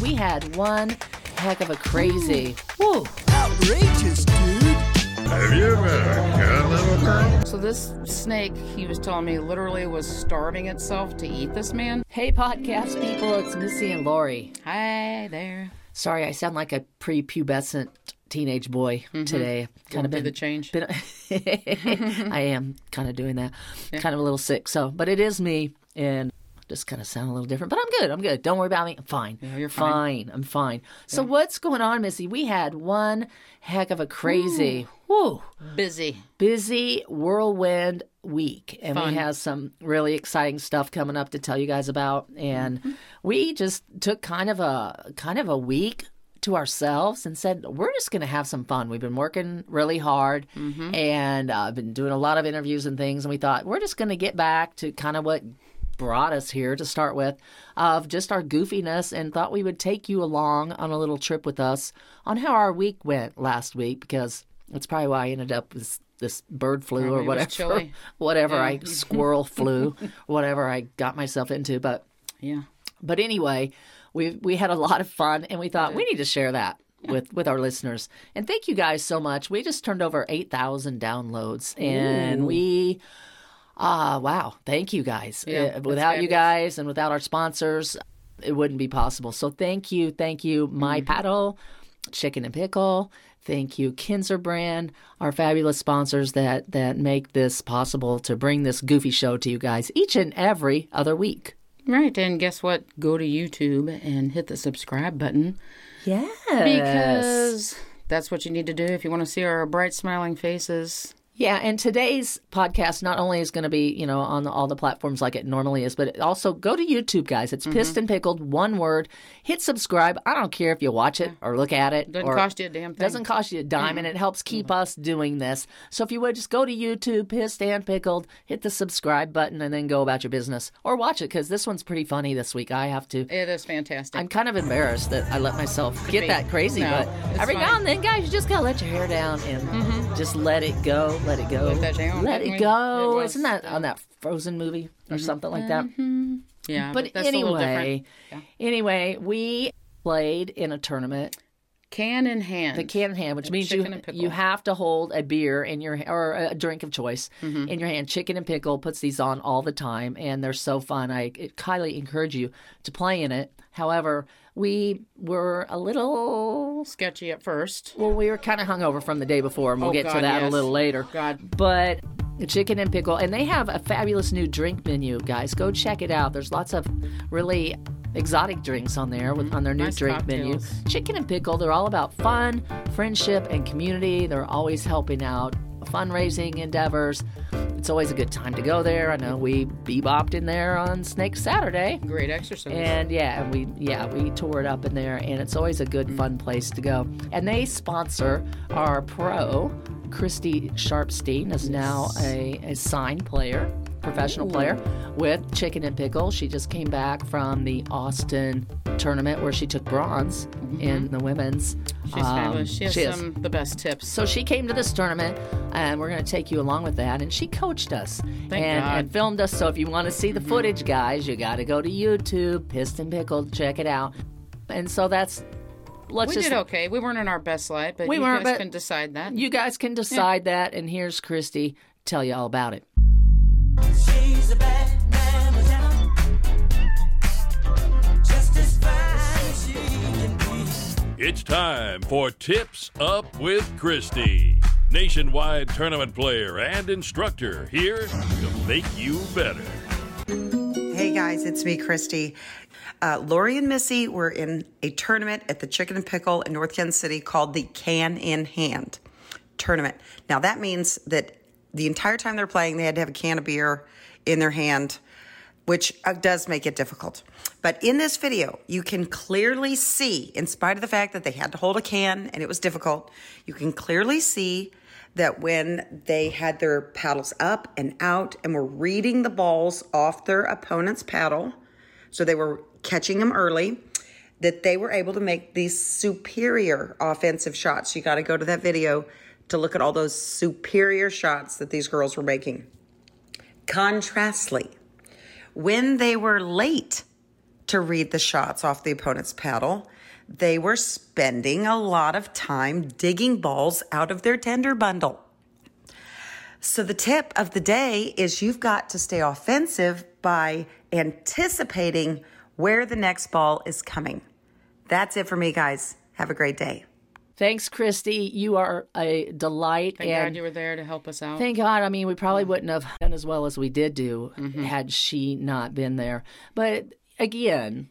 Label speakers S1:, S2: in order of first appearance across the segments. S1: we had one heck of a crazy. Woo!
S2: Outrageous, dude.
S3: Have you ever had a little girl?
S4: So this snake, he was telling me, literally was starving itself to eat this man.
S1: Hey, podcast people, it's Missy and Lori.
S4: Hi there.
S1: Sorry, I sound like a prepubescent teenage boy today. Kind of
S4: Did
S1: been
S4: Mm-hmm. the change?
S1: been- I am kind of doing that. Kind of a little sick. So, but it is me and just kind of sound a little different, but I'm good. I'm good. Don't worry about me. I'm fine.
S4: Yeah, you're
S1: fine. I'm fine. So, what's going on, Missy? We had one heck of a crazy, woo,
S4: Busy.
S1: busy whirlwind week. And
S4: Fun.
S1: we have some really exciting stuff coming up to tell you guys about. And we just took kind of a kind of a week to ourselves and said we're just going to have some fun. We've been working really hard and uh, been doing a lot of interviews and things and we thought we're just going to get back to kind of what brought us here to start with of just our goofiness and thought we would take you along on a little trip with us on how our week went last week because that's probably why I ended up with this bird flu or
S4: Probably was
S1: whatever
S4: chilly.
S1: whatever
S4: Yeah.
S1: I squirrel flu whatever I got myself into but
S4: Yeah.
S1: but anyway, we we had a lot of fun, and we thought we need to share that with with our listeners. And thank you guys so much. We just turned over eight thousand downloads, and we. Ah, wow. Thank you guys.
S4: Yeah,
S1: Uh,
S4: that's
S1: without you guys and without our sponsors, it wouldn't be possible. So thank you. Thank you, My
S4: Mm-hmm.
S1: Paddle, Chicken and Pickle. Thank you, Kinzer Brand, our fabulous sponsors that, that make this possible to bring this goofy show to you guys each and every other week.
S4: Right, and guess what? Go to YouTube and hit the subscribe button
S1: Yes.
S4: because that's what you need to do if you want to see our bright smiling faces.
S1: Yeah, and today's podcast not only is going to be, you know, on the, all the platforms like it normally is, but it also go to YouTube, guys. It's
S4: Mm-hmm.
S1: Pissed and Pickled, one word. Hit subscribe. I don't care if you watch it or look at it.
S4: Doesn't
S1: or-
S4: cost you a Mm-hmm. damn thing.
S1: Doesn't cost you a dime, and it helps keep us doing this. So if you would, just go to YouTube, Pissed and Pickled, hit the subscribe button, and then go about your business. Or watch it, because this one's pretty funny this week. I have to.
S4: It is fantastic.
S1: I'm kind of embarrassed that I let myself get
S4: be.
S1: that crazy,
S4: No,
S1: but
S4: it's
S1: every now
S4: fine.
S1: and
S4: Mm-hmm.
S1: then, guys, you just gotta let your hair down and just let it go, let it go,
S4: Let that down,
S1: let it
S4: didn't we?
S1: go.
S4: It was,
S1: Isn't that on that Frozen movie or something like that?
S4: yeah,
S1: But
S4: that's a little different.
S1: anyway, anyway, we played in a tournament,
S4: Can in hand.
S1: the can in hand, which means
S4: chicken
S1: you
S4: and pickle.
S1: you have to hold a beer in your or a drink of choice
S4: Mm-hmm.
S1: in your hand. Chicken and pickle puts these on all the time, and they're so fun. I highly encourage you to play in it. However, we were a little
S4: sketchy at first.
S1: well, we were kind of hungover from the day before, and we'll
S4: Oh,
S1: get to
S4: God,
S1: that a
S4: yes.
S1: little later.
S4: God.
S1: But chicken and pickle, and they have a fabulous new drink menu, guys. Go check it out. There's lots of really exotic drinks on there with, on their new
S4: Mm-hmm. Nice
S1: drink
S4: cocktails.
S1: menu. Chicken and pickle, they're all about fun, friendship, and community. They're always helping out fundraising endeavors. It's always a good time to go there. I know we bebopped in there on Snake Saturday.
S4: Great exercise.
S1: And yeah, and we yeah, we tore it up in there and it's always a good fun place to go. And they sponsor our pro, Christy Sharpstein is now a, a sign player, professional player with Chicken and Pickle. She just came back from the Austin tournament where she took bronze in the women's. Um,
S4: Mm-hmm. She's fabulous. She has
S1: she is.
S4: some the best tips.
S1: So she came to this tournament, and we're going to take you along with that. And she coached us and,
S4: God. Mm-hmm.
S1: and filmed us. So if you want to see the footage, guys, you got to go to YouTube, Pissed and Pickled, check it out. And so that's let's
S4: We
S1: just
S4: did okay. We weren't in our best light, but
S1: We
S4: you
S1: weren't,
S4: guys
S1: but-
S4: can decide that.
S1: you guys can decide that. And here's Christy tell you all about it.
S2: She's a bad mama, just as fine as she can be.
S3: It's time for Tips Up with Christy, nationwide tournament player and instructor here to make you better.
S5: Hey guys, it's me, Christy. Uh, Lori and Missy were in a tournament at the Chicken and Pickle in North Kansas City called the Can in Hand tournament. Now that means that the entire time they're playing, they had to have a can of beer in their hand, which uh, does make it difficult. But in this video, you can clearly see, in spite of the fact that they had to hold a can and it was difficult, you can clearly see that when they had their paddles up and out and were reading the balls off their opponent's paddle, so they were catching them early, that they were able to make these superior offensive shots. You got to go to that video to look at all those superior shots that these girls were making. Contrastly, when they were late to read the shots off the opponent's paddle, They were spending a lot of time digging balls out of their tender bundle. So the tip of the day is you've got to stay offensive by anticipating where the next ball is coming. That's it for me, guys. Have a great day.
S1: Thanks, Christy. You are a delight.
S4: Thank
S1: and
S4: God you were there to help us out.
S1: Thank God. I mean, we probably wouldn't have done as well as we did do
S4: Mm-hmm.
S1: had she not been there. But again,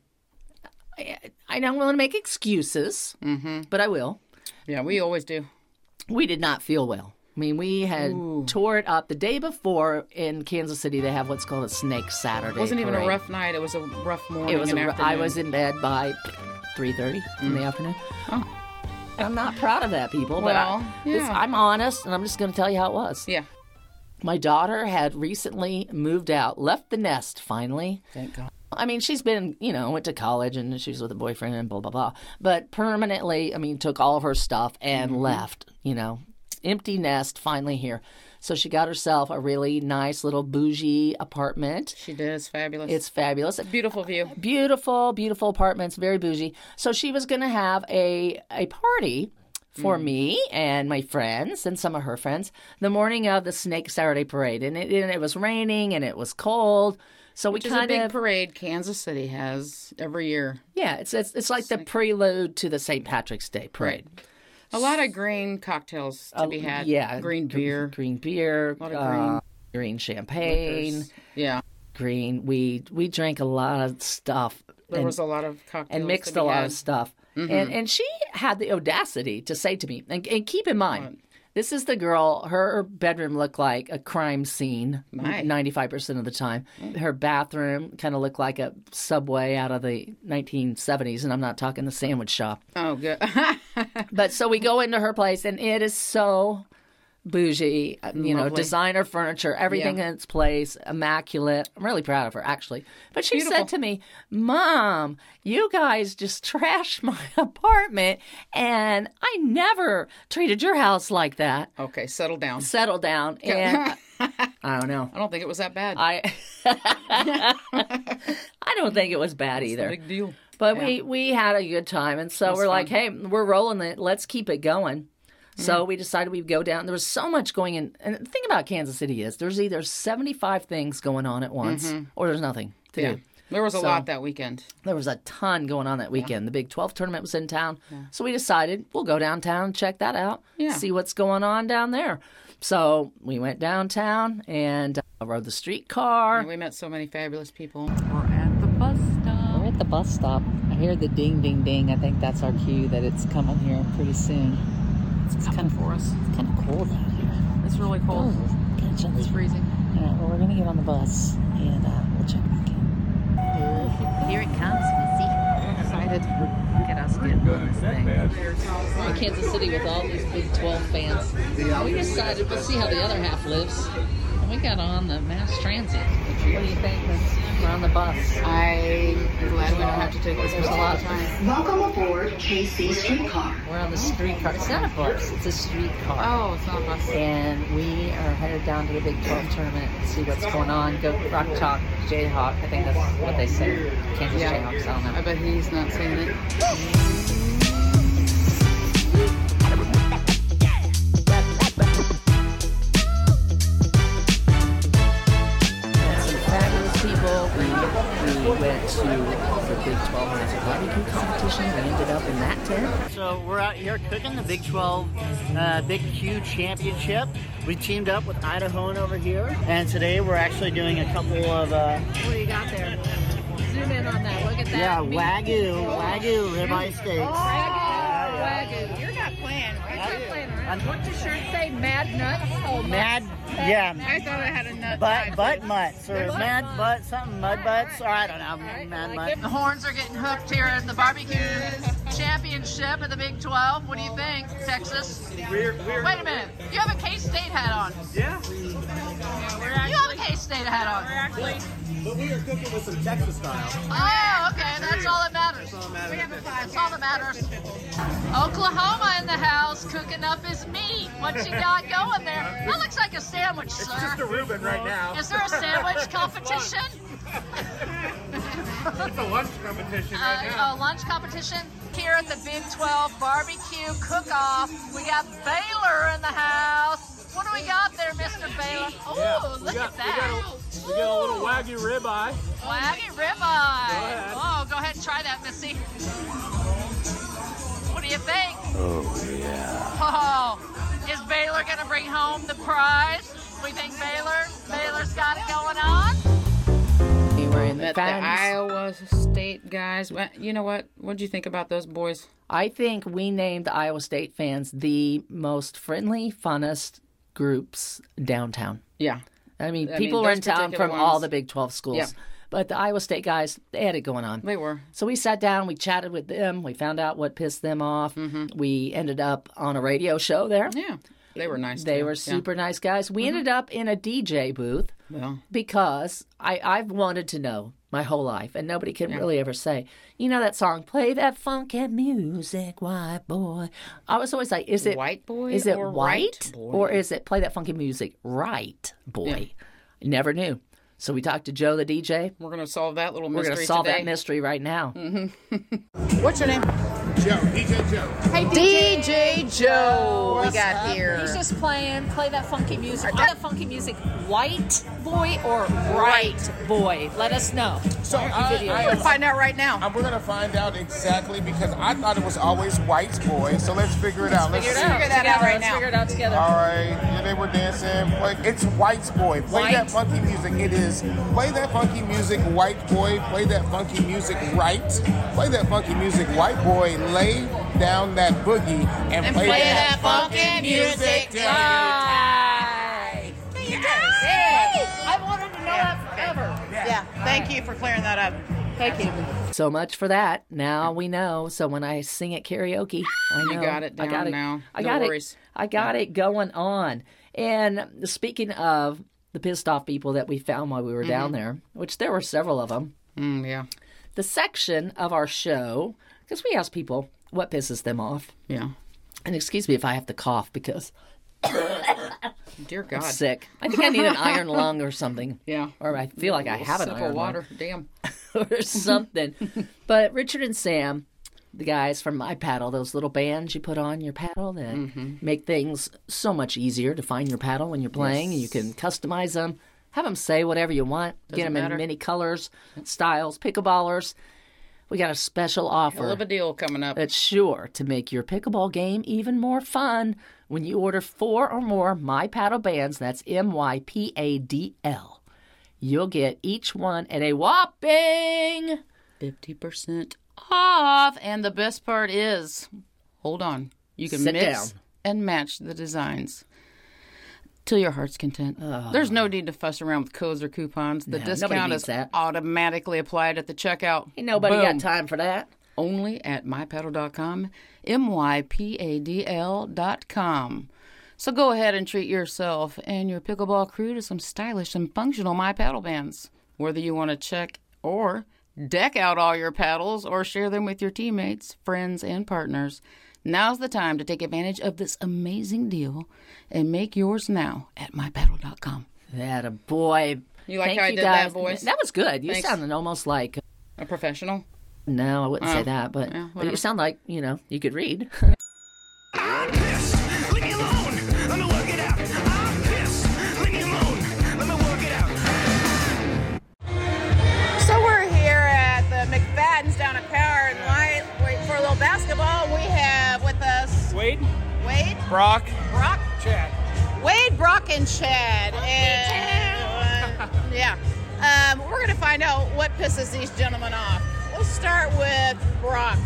S1: I, I don't want to make excuses,
S4: Mm-hmm.
S1: but I will.
S4: yeah, we always do.
S1: We did not feel well. I mean, we had tore it up the day before in Kansas City. They have what's called a Snake Saturday.
S4: It wasn't even a
S1: parade.
S4: rough night. It was a rough morning.
S1: It was.
S4: and
S1: a-
S4: afternoon. Mm.
S1: I was in bed by three thirty in the afternoon. And I'm not proud of that, people. but I,
S4: Well,
S1: this-
S4: yeah.
S1: I'm honest, and I'm just going to tell you how it was.
S4: Yeah.
S1: My daughter had recently moved out, left the nest finally.
S4: Thank God.
S1: I mean, she's been, you know, went to college and she was with a boyfriend and blah, blah, blah. But permanently, I mean, took all of her stuff and
S4: Mm-hmm.
S1: left, you know, empty nest finally here. So she got herself a really nice little bougie apartment.
S4: She did. It's fabulous.
S1: It's fabulous.
S4: beautiful view.
S1: Beautiful, beautiful apartments, very bougie. So she was going to have a, a party for
S4: Mm.
S1: me and my friends and some of her friends the morning of the Snake Saturday Parade. And it, and it was raining and it was cold. So we
S4: Which is a
S1: kind
S4: big
S1: of
S4: parade Kansas City has every year.
S1: yeah, it's it's, it's like the prelude to the St. Patrick's Day parade. Uh,
S4: A lot of green cocktails to be had.
S1: Yeah,
S4: Green
S1: gr-
S4: beer.
S1: green beer,
S4: lot of
S1: uh, green. champagne,
S4: Yeah.
S1: green. We we drank a lot of stuff
S4: There
S1: and,
S4: was a lot of cocktails.
S1: and mixed
S4: to be
S1: a lot
S4: had. Mm-hmm.
S1: of stuff. And and she had the audacity to say to me, and, and keep in mind. This is the girl. Her bedroom looked like a crime scene
S4: My.
S1: ninety-five percent of the time.
S4: Mm.
S1: Her bathroom kind of looked like a subway out of the nineteen seventies, and I'm not talking the sandwich shop.
S4: Oh, good.
S1: But so we go into her place, and it is so bougie, uh, you know,
S4: Lovely.
S1: designer furniture, everything
S4: Yeah.
S1: in its place, immaculate. I'm really proud of her, actually. But she
S4: Beautiful.
S1: said to me, Mom, you guys just trashed my apartment, and I never treated your house like that.
S4: okay, settle down.
S1: Settle down. And I don't know.
S4: I don't think it was that bad.
S1: I. I don't think it was bad either.
S4: Big deal.
S1: But we we had a good time, and so we're like, hey, we're rolling it. Let's keep it going. So we decided we'd go down. There was so much going in. And the thing about Kansas City is there's either 75 things going on at once, or there's nothing to
S4: Mm-hmm. Yeah.
S1: do.
S4: There was a lot that weekend.
S1: There was a ton going on that weekend. The Big 12 tournament was in town. So we decided we'll go downtown, check that out,
S4: Yeah.
S1: see what's going on down there. So we went downtown and uh, rode the streetcar.
S4: We met so many fabulous people.
S6: We're at the bus stop. I hear the ding, ding, ding. I think that's our cue that it's coming here pretty soon. It's coming for us. It's kind of cold out here.
S4: It's really
S6: Oh, kind of chilly. It's freezing. All right, well, we're going to get on the bus and uh, we'll check back in. Here it comes, Missy. Excited. Look at us getting on this thing. We're in Kansas City with all these Big 12 fans. We decided we'll see how the other half lives. And we got on the mass transit. What do you think? Miss? We're on the bus.
S4: I'm glad we don't have to take this bus all the time.
S7: Welcome aboard KC Streetcar.
S6: We're on the streetcar. It's not a bus, it's a streetcar.
S4: Oh, it's not a bus.
S6: And we are headed down to the Big 12 tournament and see what's going on. Go Rock Chalk, Jayhawk. I think that's what they say. Kansas
S4: Yeah.
S6: Jayhawks, I don't
S4: I
S6: know.
S4: bet he's not saying it.
S1: met some fabulous people. We, we went to the Big 12 Master Barbecue Competition. We ended up in that tent.
S8: So we're out here cooking the Big 12 uh, Big Q Championship. We teamed up with Idahoan over here, and today we're actually doing a couple of uh,
S6: What do you got there? Zoom in on that. Look at that. Oh,
S8: yeah wagyu wagyu ribeye steaks.
S6: Wagyu. You're not playing. You're not playing around. What's your shirt say? Mad nuts. Oh,
S8: Mad, yeah,
S6: I thought I had a nut.
S8: butt butt mutts or mad butt something mud butts or I don't know mad mutt.
S6: The horns are getting hooked here at the barbecue championship of the Big 12. What do you think, Texas? Wait a minute. You have a K State hat on. Yeah. you have a K State hat on. but we are cooking with some Texas style. Oh, okay. That's all that matters. That's all that matters. Oklahoma in the house cooking up his meat. What you got going there? That looks like a sandwich, sir. It's just a Reuben right now. Is there a sandwich competition? uh, a lunch competition.
S9: here at the Big 12 barbecue cook off. We got Baylor in the house. What do we got there, Mr. Baylor? Oh,
S10: Yeah, we
S9: look
S10: got-
S9: at
S10: we
S9: that.
S10: We got a little wagyu ribeye.
S9: Waggy
S10: ahead.
S9: ribeye. Oh, go ahead and try that, Missy. What do you think?
S10: Oh yeah.
S9: Oh, is Baylor going to bring home the prize? We think Baylor, Baylor's got it going on.
S1: We were in the
S4: Met the
S1: fence.
S4: Iowa State guys. Well, You know what? What'd you think about those boys?
S1: I think we named the Iowa State fans the most friendly, funnest groups downtown.
S4: Yeah.
S1: I mean,
S4: I mean,
S1: people were
S4: those
S1: in town
S4: particular
S1: from all
S4: ones-
S1: the Big 12 schools.
S4: Yeah.
S1: But the Iowa State guys, they had it going on.
S4: They were.
S1: So we sat down, we chatted with them, we found out what pissed them off. We ended up on a radio show there.
S4: Mm-hmm. Yeah. They were nice.
S1: They
S4: too.
S1: were
S4: Yeah. Mm-hmm.
S1: super nice guys. We ended up in a DJ booth
S4: Well,
S1: because I, I've wanted to know my whole life, and nobody could really ever say, you know, that song, play that funky music, white boy. I was always like, is it
S4: White boy
S1: Is it
S4: or
S1: white?
S4: right boy?
S1: Or is it play that funky music, right boy? I Never knew. So we talked to Joe, the DJ.
S4: we're gonna solve that little
S1: We're
S4: mystery
S1: going to solve
S4: today. Mm-hmm.
S1: that mystery right now.
S4: What's your name?
S11: Joe, DJ Joe.
S6: Hey,
S4: DJ Joe. We got here.
S6: He's just playing, play that funky music. Play that funky music, white boy or right boy? Let us know.
S11: So I,
S6: video.
S11: I-
S6: We'll
S4: find out right now.
S11: And we're gonna find out exactly because I thought it was always white boy. So let's figure it out. Let's
S6: Figure it
S11: see.
S6: out. together. Let's figure it out together.
S11: All right, yeah, they were dancing. Play, it's white boy. Play that funky music. It is play that funky music, white boy. Play that funky music, right? Play that funky music, white boy. Lay down that boogie and,
S4: And
S11: play,
S4: play
S11: that,
S4: that funky music
S11: till you
S4: Right.
S6: I wanted to know that forever.
S12: Yeah, thank you for clearing that up.
S6: Thank you.
S1: So much for that. Now we know. So when I sing at karaoke, I know.
S4: You got it
S1: I got
S4: down
S1: it.
S4: now.
S1: I
S4: No
S1: got
S4: worries.
S1: it. I got it going on. And speaking of the pissed off people that we found while we were down
S4: Mm-hmm.
S1: there, which there were several of them,
S4: Mm, yeah.
S1: the section of our show, because we ask people what pisses them off.
S4: Yeah.
S1: And excuse me if I have to cough because
S4: Dear God.
S1: I'm sick. I think I need an iron lung or something.
S4: Yeah.
S1: Or I feel like I have an
S4: Sip
S1: iron
S4: of
S1: lung.
S4: water. Damn.
S1: or something. but Richard and Sam, the guys from My Paddle, those little bands you put on your paddle that
S4: Mm-hmm.
S1: make things so much easier to find your paddle when you're playing. You can customize them, have them say whatever you want, get
S4: Doesn't
S1: them
S4: matter.
S1: in many colors, styles, pickleballers. We got a special offer.
S4: Hell of a deal coming up.
S1: It's sure to make your pickleball game even more fun when you order four or more My Paddle bands. That's M Y P A D L. You'll get each one at a whopping
S4: Fifty percent off. And the best part is, hold on. You can
S1: Sit
S4: mix
S1: down.
S4: and match the designs. Till your heart's content. There's no need to fuss around with codes or coupons. The
S1: No, nobody
S4: discount
S1: needs
S4: is
S1: that.
S4: automatically applied at the checkout.
S1: Ain't nobody
S4: Boom.
S1: got time for that.
S4: only at mypaddle.com, M-Y-P-A-D-L dot com. So go ahead and treat yourself and your pickleball crew to some stylish and functional My Paddle bands. Whether you want to check or deck out all your paddles or share them with your teammates, friends, and partners, now's the time to take advantage of this amazing deal and make yours now at mypaddle.com.
S1: That a boy.
S4: You like
S1: Thank
S4: how I
S1: you
S4: did that
S1: guys.
S4: voice?
S1: That was good. You
S4: Thanks.
S1: sounded almost like
S4: A professional?
S1: no, I wouldn't say that, but, but
S4: Oh. whatever.
S1: you sound like you know you could read.
S2: I'm pissed. Leave me alone. Let me work it out. I'm pissed. Leave me alone. Let me work it out.
S12: So we're here at the McFadden's down at Power and Light Wait for a little basketball. We have with us
S10: Wade,
S12: Wade,
S10: Brock,
S12: Brock,
S10: Chad.
S12: Wade, Brock, and Chad. And uh, yeah, um, we're gonna find out what pisses these gentlemen off. We'll start with Brock.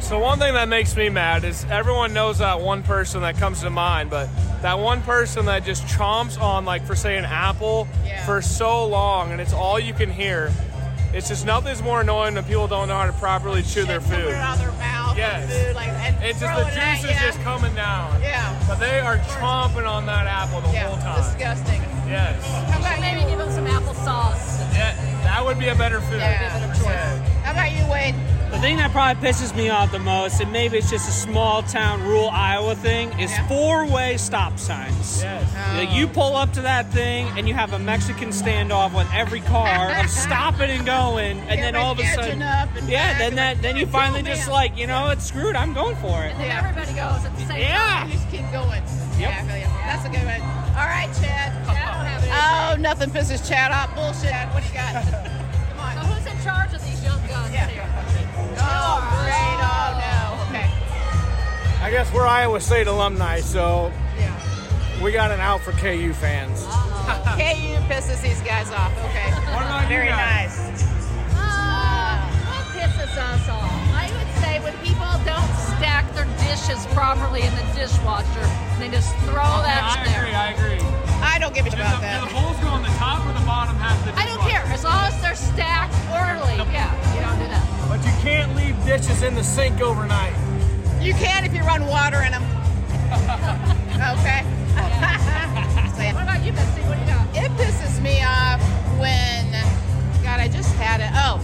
S10: So one thing that makes me mad is everyone knows that one person that comes to mind, but that one person that just chomps on like for say an apple for so long and it's all you can hear. It's just nothing's more annoying than people don't know how to properly chew their
S12: Put it
S10: food.
S12: out of their mouth.
S10: Yes.
S12: Food, like, and
S10: It's just
S12: throw
S10: the
S12: it at
S10: juice is
S12: ya.
S10: just coming down.
S12: Yeah.
S10: But they are chomping on that apple the whole
S12: Yeah.
S10: time.
S12: Disgusting.
S10: Yes.
S12: How about you?
S6: Maybe give him some applesauce.
S10: Yeah, that would be a better food.
S12: How about you, Wade?
S13: The thing that probably pisses me off the most, and maybe it's just a small town, rural Iowa thing, is four-way stop signs. Yes. Like you pull up to that thing, and you have a Mexican standoff with every car of stopping and going, and then all of a
S12: Everybody catching
S13: sudden,
S12: up and
S13: yeah,
S12: back,
S13: then that, then you finally just like, you know, it's screwed. I'm going for it.
S12: And then everybody goes at the same
S13: Yeah.
S12: time. You just keep going. Yeah, I feel you. That's a good one. All right, Chad.
S14: Uh,
S13: anything.
S12: Oh, nothing pisses Chad off. Bullshit. Chad, what do you got? Come on. So who's in charge of these young guns here? Oh, great. Oh, no. Okay.
S10: I guess we're Iowa State alumni, so we got an out for KU fans.
S12: Uh, KU pisses these guys off. Okay. Very nice.
S14: Uh, what pisses us off? I would say when people don't stack their dishes properly in the dishwasher, they just throw that
S10: I
S14: shit there.
S10: agree. I agree.
S12: I don't give a shit
S10: about that. The bowls go on the top or the bottom half of the
S14: I don't care as long as they're stacked orderly. Yeah, you don't do that.
S10: But you can't leave dishes in the sink overnight.
S12: You can if you run water in them. okay. so, yeah. What about you, Missy? What do you got? It pisses me off when, God, I just had it. Oh,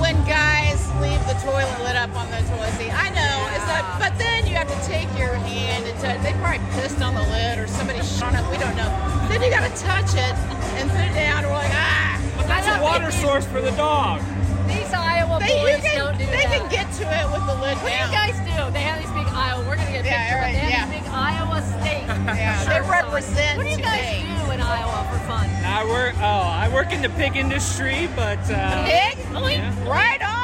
S12: when guys leave the toilet lit up on the toilet seat. I know, it's like, but then you have to take your hand and touch. They probably pissed on the lid or somebody shot it. We don't know. Then you got to touch it and put it down. We're like, ah.
S13: But that's a water source for the dog.
S14: These Iowa
S12: They- you
S14: boys
S12: can-
S14: don't do
S12: they
S14: that.
S12: can get to it with the lid
S14: What do
S12: down.
S14: you guys do? They have these big Iowa. We're gonna get a
S12: Yeah,
S14: picture.
S12: all right,
S14: but they have
S12: yeah.
S14: these big Iowa State.
S12: Yeah, they
S14: shirts on.
S12: represent
S14: What do you guys
S12: things.
S14: do in Iowa for fun?
S13: I work. Oh, I work in the pig industry, but uh,
S12: Pig?
S14: Oh,
S13: Yeah.
S12: Right on.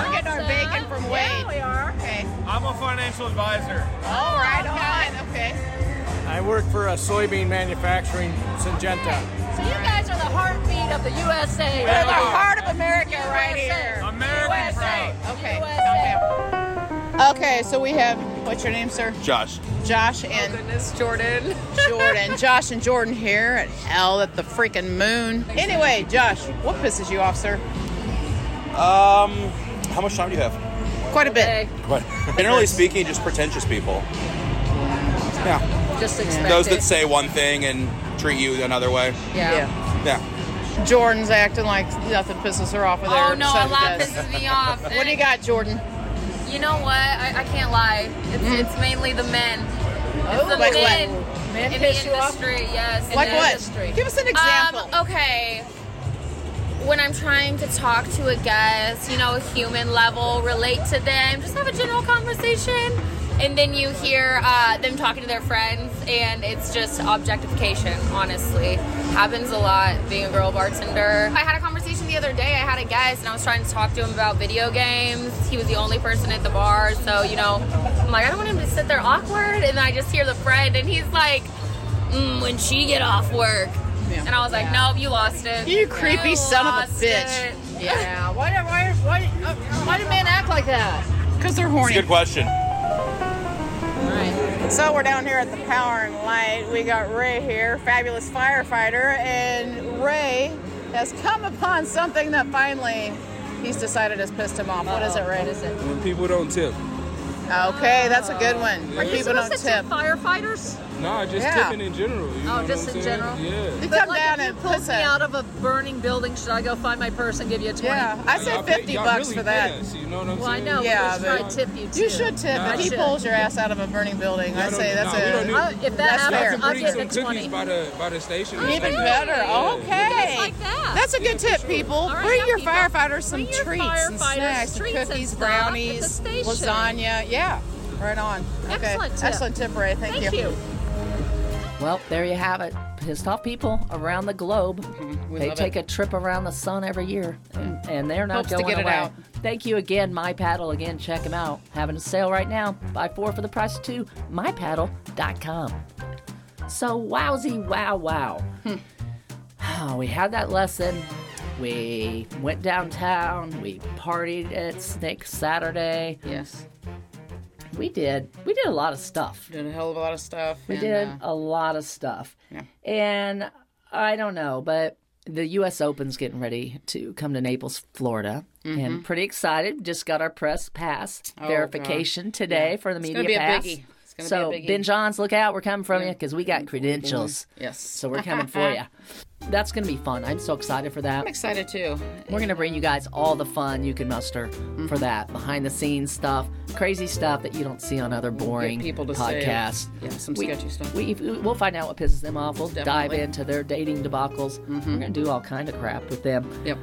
S12: We're getting our bacon from Wade.
S10: Yeah,
S12: we are. Okay.
S10: I'm a financial advisor.
S12: All right
S14: Oh,
S12: on. Okay.
S10: I work for a soybean manufacturing Syngenta.
S14: So you guys are the heartbeat of the USA.
S10: We're the heart
S12: of America right here.
S10: American
S12: USA. Okay. Okay. Okay, so we have what's your name, sir?
S15: Josh.
S12: Josh and Oh, Jordan. Jordan. Josh and Jordan here at Hell at the freaking moon. Anyway, Josh, what pisses you off, sir?
S15: Um, how much time do you have?
S12: Quite a bit.
S15: What? Generally speaking, just pretentious people. Yeah.
S12: Just
S15: Those that say one thing and treat you another way.
S12: Yeah.
S15: Yeah.
S12: Jordan's acting like nothing pisses her off with her.
S16: Oh no, a
S12: son
S16: lot
S12: does.
S16: pisses me off.
S12: What do you got, Jordan?
S16: You know what? I, I can't lie. It's, it's mainly the men. It's
S12: Oh,
S16: the
S12: like what?
S16: men
S12: Men
S16: in the
S12: piss you off?
S16: industry. Yes. in
S12: Like
S16: the
S12: what?
S16: Industry.
S12: Give us an example.
S16: Um, okay. When I'm trying to talk to a guest, you know, a human level, relate to them, just have a general conversation, and then you hear uh, them talking to their friends, and it's just objectification. Honestly, happens a lot being a girl bartender. I had a conversation the other day. I had a guest, and I was trying to talk to him about video games. He was the only person at the bar, so you know, I'm like, I don't want him to sit there awkward, and I just hear the friend, and he's like, mm, "When she get off work." And I was like, no, you lost it.
S12: You creepy son of a
S16: lost
S12: bitch.
S16: it.
S14: Yeah. Why? do- Why? Why? uh, Why do men act like that?
S12: Because they're
S15: It's a good question.
S12: So we're down here at the Power and Light. We got Ray here, fabulous firefighter, and Ray has come upon something that finally he's decided has pissed him off. What is it, Ray? What is it?
S17: When people don't tip.
S12: Okay, that's a good one.
S17: Are
S12: Where
S17: you
S12: people don't
S17: supposed to
S12: tip.
S17: tip
S12: firefighters?
S17: Nah, just
S12: Yeah.
S17: tipping in general. You
S14: Oh,
S17: know
S14: just
S17: what
S14: in
S17: I'm
S14: general?
S17: saying? Yeah.
S14: But, like, if you pulled me out of a burning building, should I go find my purse and give you a twenty?
S12: Yeah, I say
S17: Y'all pay-
S12: 50
S17: y'all
S12: bucks
S17: really
S12: for
S17: pay
S12: that.
S17: us, you know what I'm
S14: Well, I
S17: saying?
S14: know,
S12: Yeah,
S14: but I
S12: but-
S14: tip you too.
S12: You should tip.
S17: Nah.
S12: if he
S17: I should.
S12: pulls your ass out of a burning building, I say that's
S17: nah, we don't
S12: a.
S17: do-
S12: I-
S14: if that
S12: that's
S17: Y'all
S12: fair.
S17: can bring some cookies by the by the station. or
S12: Even
S17: something.
S12: better.
S17: Yeah.
S12: Okay. That's a good tip, people. Bring your firefighters some treats and
S14: firefighters
S12: snacks,
S14: treats and
S12: and cookies,
S14: stuff at the
S12: brownies,
S14: station.
S12: lasagna. Yeah, right on. Okay.
S14: Excellent tip.
S12: Excellent tip, Ray. Thank,
S14: Thank you. Well, there you have it. Pissed off people around the globe.
S12: Mm-hmm. We
S1: they
S12: love
S1: take
S12: it.
S1: a trip around the sun every year, and, and they're not
S12: Helps to
S1: going
S12: get it
S1: away.
S12: out.
S1: Thank you again, My Paddle. Again, check them out. Having a sale right now. Buy four for the price of two. MyPaddle.com. So wowsy, wow, wow.
S12: Hmm.
S1: Oh, we had that lesson. We went downtown. We partied at Snake Saturday.
S4: Yes.
S1: We did. We did a lot of stuff.
S4: Did a hell of a lot of stuff.
S1: We
S4: and,
S1: did
S4: uh,
S1: a lot of stuff. And I don't know, but the U.S. Open's getting ready to come to Naples, Florida.
S4: Mhm.
S1: And pretty excited. Just got our press pass
S4: Oh,
S1: verification
S4: God.
S1: today
S4: Yeah.
S1: for the
S4: It's
S1: media
S4: gonna be a
S1: pass.
S4: biggie. It's gonna
S1: so
S4: be a biggie. Mm-hmm.
S1: Ben Johns, look out, we're coming from you because we got credentials.
S4: Yes.
S1: So we're coming for you. That's going to be fun. I'm so excited for that.
S4: I'm excited too.
S1: We're going to bring you guys all the fun you can muster
S4: Mm-hmm.
S1: for that behind the scenes stuff, crazy stuff that you don't see on other boring
S4: people to say it.
S1: podcasts.
S4: Yeah, some
S1: We-
S4: sketchy stuff.
S1: We, we'll find out what pisses them off. We'll dive
S4: Definitely. Mm-hmm.
S1: into their dating debacles. We're going to do all kind of crap with them.
S4: Yep.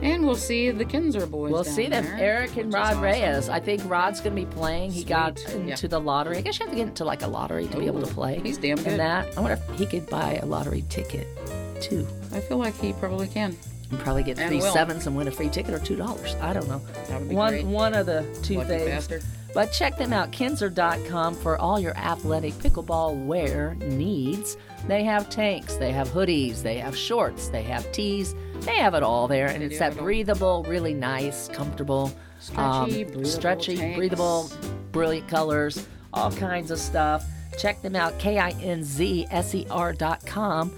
S4: And we'll see the Kinzer boys.
S1: We'll
S4: down
S1: see them.
S4: there,
S1: Eric
S4: which
S1: and
S4: is
S1: Rod
S4: awesome.
S1: Reyes. I think Rod's going to be playing. He got
S4: Sweet. Yeah.
S1: into the lottery. I guess you have to get into like a lottery to be able to play. He's damn
S4: good.
S1: And that. I wonder if he could buy a lottery ticket too.
S4: I feel like he probably can.
S1: And probably get
S4: And
S1: three
S4: will.
S1: sevens and win a free ticket or two dollars. I don't know.
S4: be
S1: one
S4: great.
S1: one of the two
S4: Lucky
S1: things.
S4: bastard.
S1: But check them out, Kinzer.com for all your athletic pickleball wear needs. They have tanks, they have hoodies, they have shorts, they have tees, they have it all there. And
S4: They
S1: it's
S4: do
S1: that
S4: have it all.
S1: breathable, really nice, comfortable, um,
S4: Stretchy, breathable
S1: stretchy,
S4: tanks.
S1: breathable, brilliant colors, all kinds of stuff. Check them out, K I N Z S E R.com.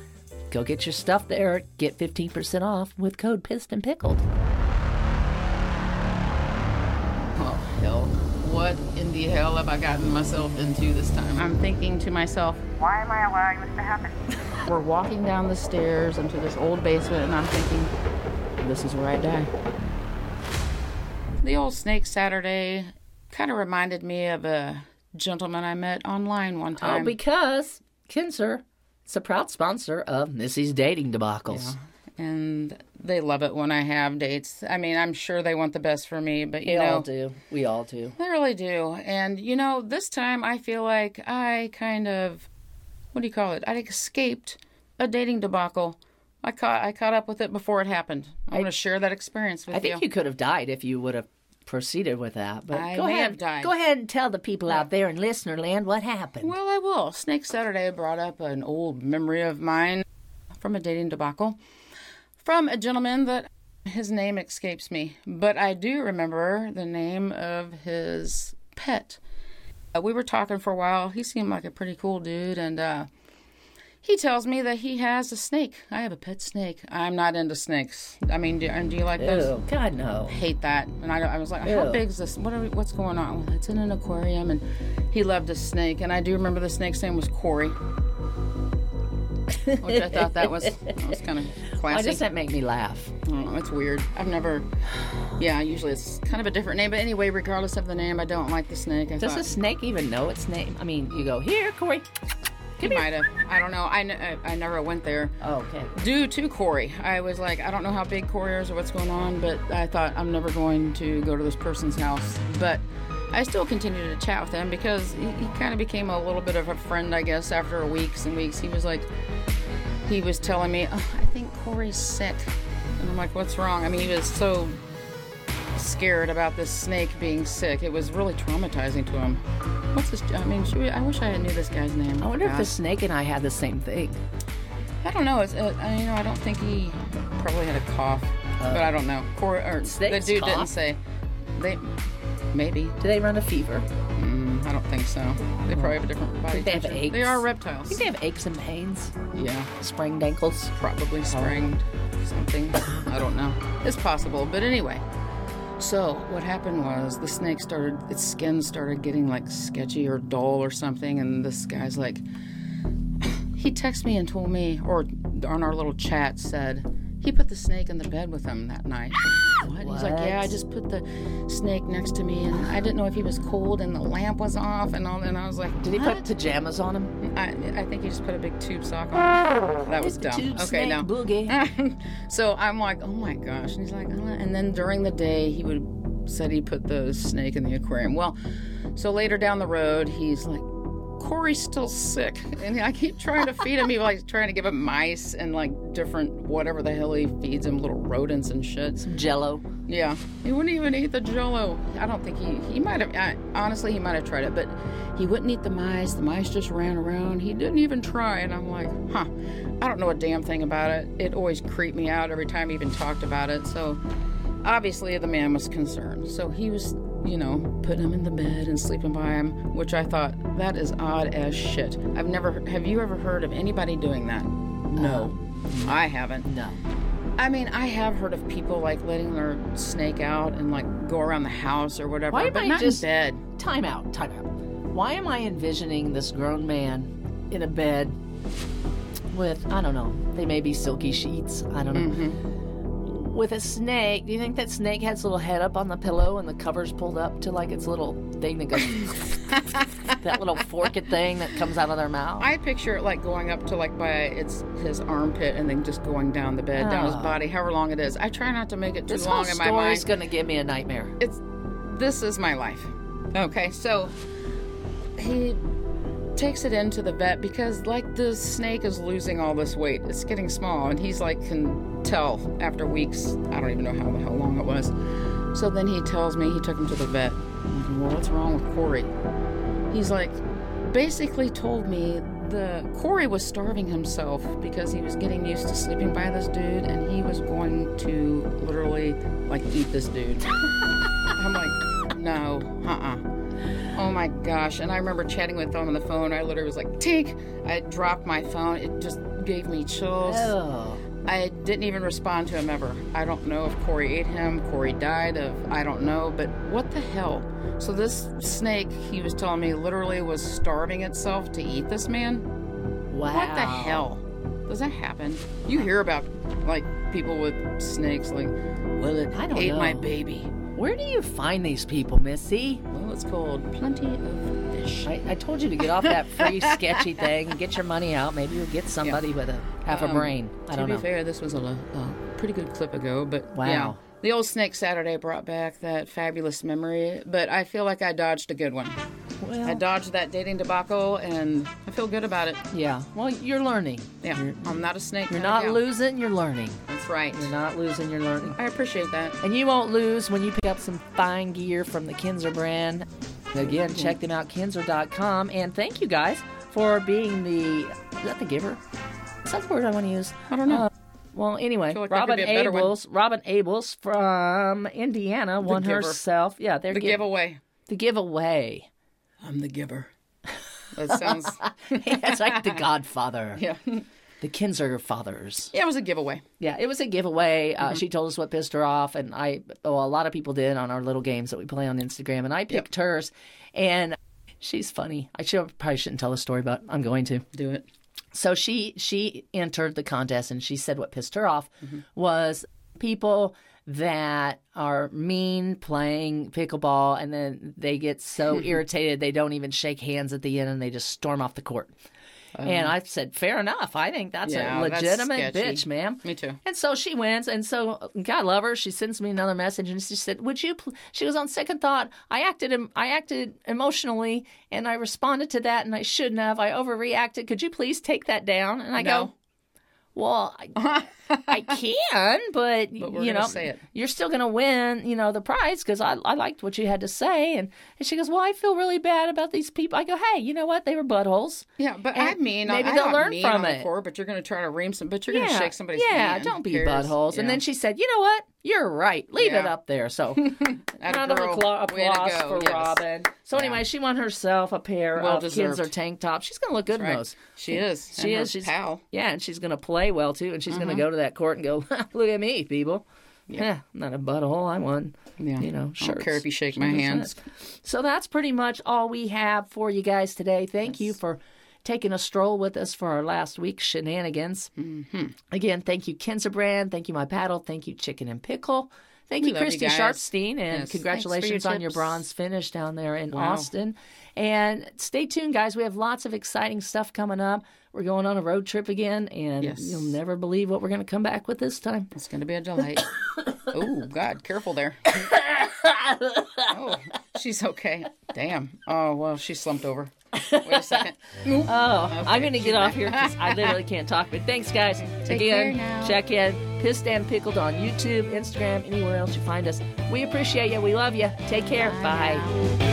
S1: Go get your stuff there. Get 15% off with code Pissed and Pickled.
S4: Oh, hell. What in the hell have I gotten myself into this time? I'm thinking to myself, why am I allowing this to happen? We're walking down the stairs into this old basement, and I'm thinking, this is where I die. The old Snake Saturday kind of reminded me of a gentleman I met online one
S1: Oh,
S4: time.
S1: because Kinzer is a proud sponsor of Missy's Dating Debacles.
S4: and they love it when I have dates. I mean, I'm sure they want the best for me, but you
S1: we
S4: know.
S1: all do. We all do.
S4: They really do. And, you know, this time I feel like I kind of, what do you call it? I escaped a dating debacle. I caught, I caught up with it before it happened. I'm going to share that experience with
S1: I think you could have died if you would have proceeded with that. But
S4: I
S1: go
S4: may
S1: ahead.
S4: have died.
S1: Go ahead and tell the people out there in listener land what happened.
S4: Well, I will. Snake Saturday brought up an old memory of mine from a dating debacle from a gentleman that his name escapes me, but I do remember the name of his pet. Uh, we were talking for a while. He seemed like a pretty cool dude, and uh, he tells me that he has a snake. I have a pet snake. I'm not into snakes. I mean, do, and do you like those?
S1: Ew, Oh, God, no.
S4: Hate that. And I, I was like, how
S1: Ew.
S4: big is this? What are we, what's going on? Well, it's in an aquarium, and he loved a snake. And I do remember the snake's name was Corey, which I thought that was that was kind of classy.
S1: Why does that make me laugh?
S4: I don't know. It's weird. I've never. Yeah, usually it's kind of a different name. But anyway, regardless of the name, I don't like the snake. I
S1: Does a
S4: thought-
S1: snake even know its name? I mean, you go here, Corey.
S4: He might have. I don't know. I, n- I never went there.
S1: Oh, okay.
S4: Due to Corey, I was like, I don't know how big Corey is or what's going on, but I thought I'm never going to go to this person's house. But I still continued to chat with him because he, he kind of became a little bit of a friend, I guess, after weeks and weeks. He was like, he was telling me, oh, I think Corey's sick. And I'm like, what's wrong? I mean, he was so scared about this snake being sick. It was really traumatizing to him. What's this? I mean, should we, I wish I knew this guy's name.
S1: I wonder if
S4: God.
S1: the snake and I had the same thing.
S4: I don't know. It's, uh, I- you know, I don't think he probably had a cough, but I don't know. Cor- or the
S1: Uh, Snakes
S4: dude didn't
S1: cough?
S4: say. They maybe.
S1: Do they run a fever?
S4: Mm, I don't think so. They probably have a different body.
S1: Think they have
S4: temperature.
S1: aches.
S4: They are reptiles.
S1: Think they have aches and pains.
S4: Yeah.
S1: Sprained ankles.
S4: Probably sprained something. I don't know. It's possible, but anyway. So what happened was the snake started. Its skin started getting like sketchy or dull or something, and this guy's like, he texted me and told me, or on our little chat said, he put the snake in the bed with him that night. What? He's like, yeah, I
S1: What?
S4: just put the snake next to me, and I didn't know if he was cold, and the lamp was off, and all. And I was like,
S1: Did he
S4: what?
S1: put pajamas on him?
S4: I, I think he just put a big tube sock on. That
S1: It's
S4: was
S1: the
S4: dumb.
S1: tube
S4: okay,
S1: snake
S4: now
S1: boogie.
S4: so I'm like, oh my gosh. And he's like, "Uh," and then during the day he would said he put the snake in the aquarium. Well, so later down the road he's like, Corey's still sick, and I keep trying to feed him. He like trying to give him mice and like different whatever the hell he feeds him, little rodents and shit. Some
S1: Jello.
S4: Yeah, he wouldn't even eat the Jello. I don't think he he might have. I, honestly, he might have tried it, but he wouldn't eat the mice. The mice just ran around. He didn't even try, and I'm like, huh. I don't know a damn thing about it. It always creeped me out every time he even talked about it. So obviously the man was concerned. So he was, you know, putting him in the bed and sleeping by him, which I thought that is odd as shit. I've never. Have you ever heard of anybody doing that? No, I haven't.
S1: No.
S4: I mean, I have heard of people like letting their snake out and like go around the house or whatever,
S1: Why am
S4: but
S1: I
S4: not
S1: just
S4: in bed.
S1: Time out. Time out. Why am I envisioning this grown man in a bed with, I don't know, they may be silky sheets, I don't know,
S4: Mm-hmm.
S1: with a snake? Do you think that snake has a little head up on the pillow and the cover's pulled up to like its little thing that goes, that little forked thing that comes out of their mouth?
S4: I picture it like going up to like by its his armpit and then just going down the bed, down his
S1: Oh.
S4: body, however long it is. I try not to make it too
S1: This
S4: long
S1: whole
S4: in my mind.
S1: story's gonna give me a nightmare.
S4: It's this is my life. Okay, so he takes it into the vet because like the snake is losing all this weight. It's getting small and he's like can tell after weeks, I don't even know how how long it was. So then he tells me he took him to the vet. I'm like, well, what's wrong with Corey? He's like basically told me the Corey was starving himself because he was getting used to sleeping by this dude and he was going to literally like eat this dude. I'm like, no, uh-uh. Oh my gosh. And I remember chatting with him on the phone. I literally was like, Tink. I dropped my phone. It just gave me chills.
S1: Ew.
S4: I didn't even respond to him ever. I don't know if Corey ate him, Corey died of, I don't know, but what the hell? So this snake, he was telling me, literally was starving itself to eat this man?
S1: Wow.
S4: What the hell? Does that happen? You hear about, like, people with snakes, like, well, it
S1: I don't
S4: ate
S1: know.
S4: my baby.
S1: Where do you find these people, Missy?
S4: Well, it's called Plenty of Fish.
S1: I, I told you to get off that free sketchy thing and get your money out. Maybe you'll get somebody with a half a
S4: Um,
S1: brain. I don't
S4: to
S1: know.
S4: be fair, this was a, lo- a pretty good clip ago, but
S1: Wow.
S4: yeah. The old Snake Saturday brought back that fabulous memory, but I feel like I dodged a good one.
S1: Well-
S4: I dodged that dating debacle, and I feel good about it.
S1: Yeah. Well, you're learning.
S4: Yeah. I'm not a snake.
S1: You're
S4: kinda
S1: not
S4: gal.
S1: losing, you're learning.
S4: That's right.
S1: You're not losing, you're learning.
S4: I appreciate that.
S1: And you won't lose when you pick up some fine gear from the Kinzer brand.
S4: Mm-hmm.
S1: Again, check them out, kinzer.com. And thank you guys for being the. Is that the giver? Is that the word I want to use? Uh,
S4: I don't know.
S1: well, anyway,
S4: like that
S1: Robin
S4: could be a better one.
S1: Abels, Robin Abels from Indiana
S4: The
S1: won
S4: giver.
S1: herself. Yeah, they're
S4: The
S1: giv-
S4: giveaway.
S1: The giveaway.
S4: I'm the giver. That sounds.
S1: That's like the Godfather.
S4: Yeah.
S1: The Kinzer fathers.
S4: Yeah, it was a giveaway.
S1: Yeah, it was a giveaway. Uh, She told us what pissed her off, and I, well, a lot of people did on our little games that we play on Instagram, and I picked hers, and she's funny. I should, probably shouldn't tell the story, but I'm going to
S4: do it.
S1: So she she entered the contest, and she said what pissed her off
S4: Mm-hmm.
S1: was people that are mean playing pickleball, and then they get so irritated they don't even shake hands at the end, and they just storm off the court. and
S4: Um,
S1: I said, fair enough. I think that's
S4: Yeah,
S1: a
S4: that's
S1: legitimate
S4: sketchy.
S1: bitch, ma'am.
S4: Me too.
S1: And so she wins. And so uh, God love her. She sends me another message and she said, Would you pl-? she goes on second thought, I acted em- I acted emotionally and I responded to that and I shouldn't have. I overreacted. Could you please take that down? And I go,
S4: No.
S1: Well, I, I can, but,
S4: But we're
S1: you
S4: gonna
S1: know,
S4: say it.
S1: you're still going to win, you know, the prize because I, I liked what you had to say. And, and she goes, Well, I feel really bad about these people. I go, Hey, you know what? They were buttholes.
S4: Yeah, but I
S1: And
S4: mean,
S1: maybe
S4: I
S1: they'll
S4: don't
S1: learn
S4: mean
S1: from
S4: on the
S1: it.
S4: court, but you're going to try to ream some, but you're going to shake somebody's
S1: yeah,
S4: hand.
S1: don't be
S4: Who cares?
S1: buttholes. And
S4: Yeah.
S1: then she said, "You know what? You're right. Leave it
S4: Yeah.
S1: up there." So, round of
S4: girl.
S1: accla-
S4: Way to
S1: applause
S4: go,
S1: for
S4: yes.
S1: Robin. So anyway, she won herself a pair
S4: Well
S1: of
S4: deserved.
S1: Kinzer tank tops. She's gonna look good
S4: That's
S1: in
S4: right.
S1: those.
S4: She is. And
S1: She
S4: her
S1: is. She's
S4: pal.
S1: Yeah, and she's gonna play well too. And she's gonna
S4: Mhm.
S1: go to that court and go, "Look at me, people." Yeah, not a butthole. I won.
S4: Yeah.
S1: You know,
S4: I don't care
S1: shirts.
S4: if you shake my
S1: That's
S4: hands.
S1: it. So that's pretty much all we have for you guys today. Thank you for taking a stroll with us for our last week's shenanigans. Again, thank you, Kinzerbrand. Thank you, My Paddle. Thank you, Chicken and Pickle. Thank
S4: We
S1: you,
S4: love you
S1: Christy
S4: guys.
S1: Sharpstein, and
S4: Yes, thanks for your
S1: congratulations on your
S4: tips.
S1: bronze finish down there in
S4: Wow.
S1: Austin. And stay tuned, guys. We have lots of exciting stuff coming up. We're going on a road trip again, and
S4: Yes.
S1: you'll never believe what we're going to come back with this time.
S4: It's going to be a delight. oh, God, careful there. oh, she's okay. Damn. Oh, well, she slumped over. Wait a second.
S1: Oh, I'm going to get off here because I literally can't talk. But thanks, guys.
S4: Take care
S1: Again,
S4: now.
S1: check in. Pissed and Pickled on YouTube, Instagram, anywhere else you find us. We appreciate you. We love you. Take care. Bye.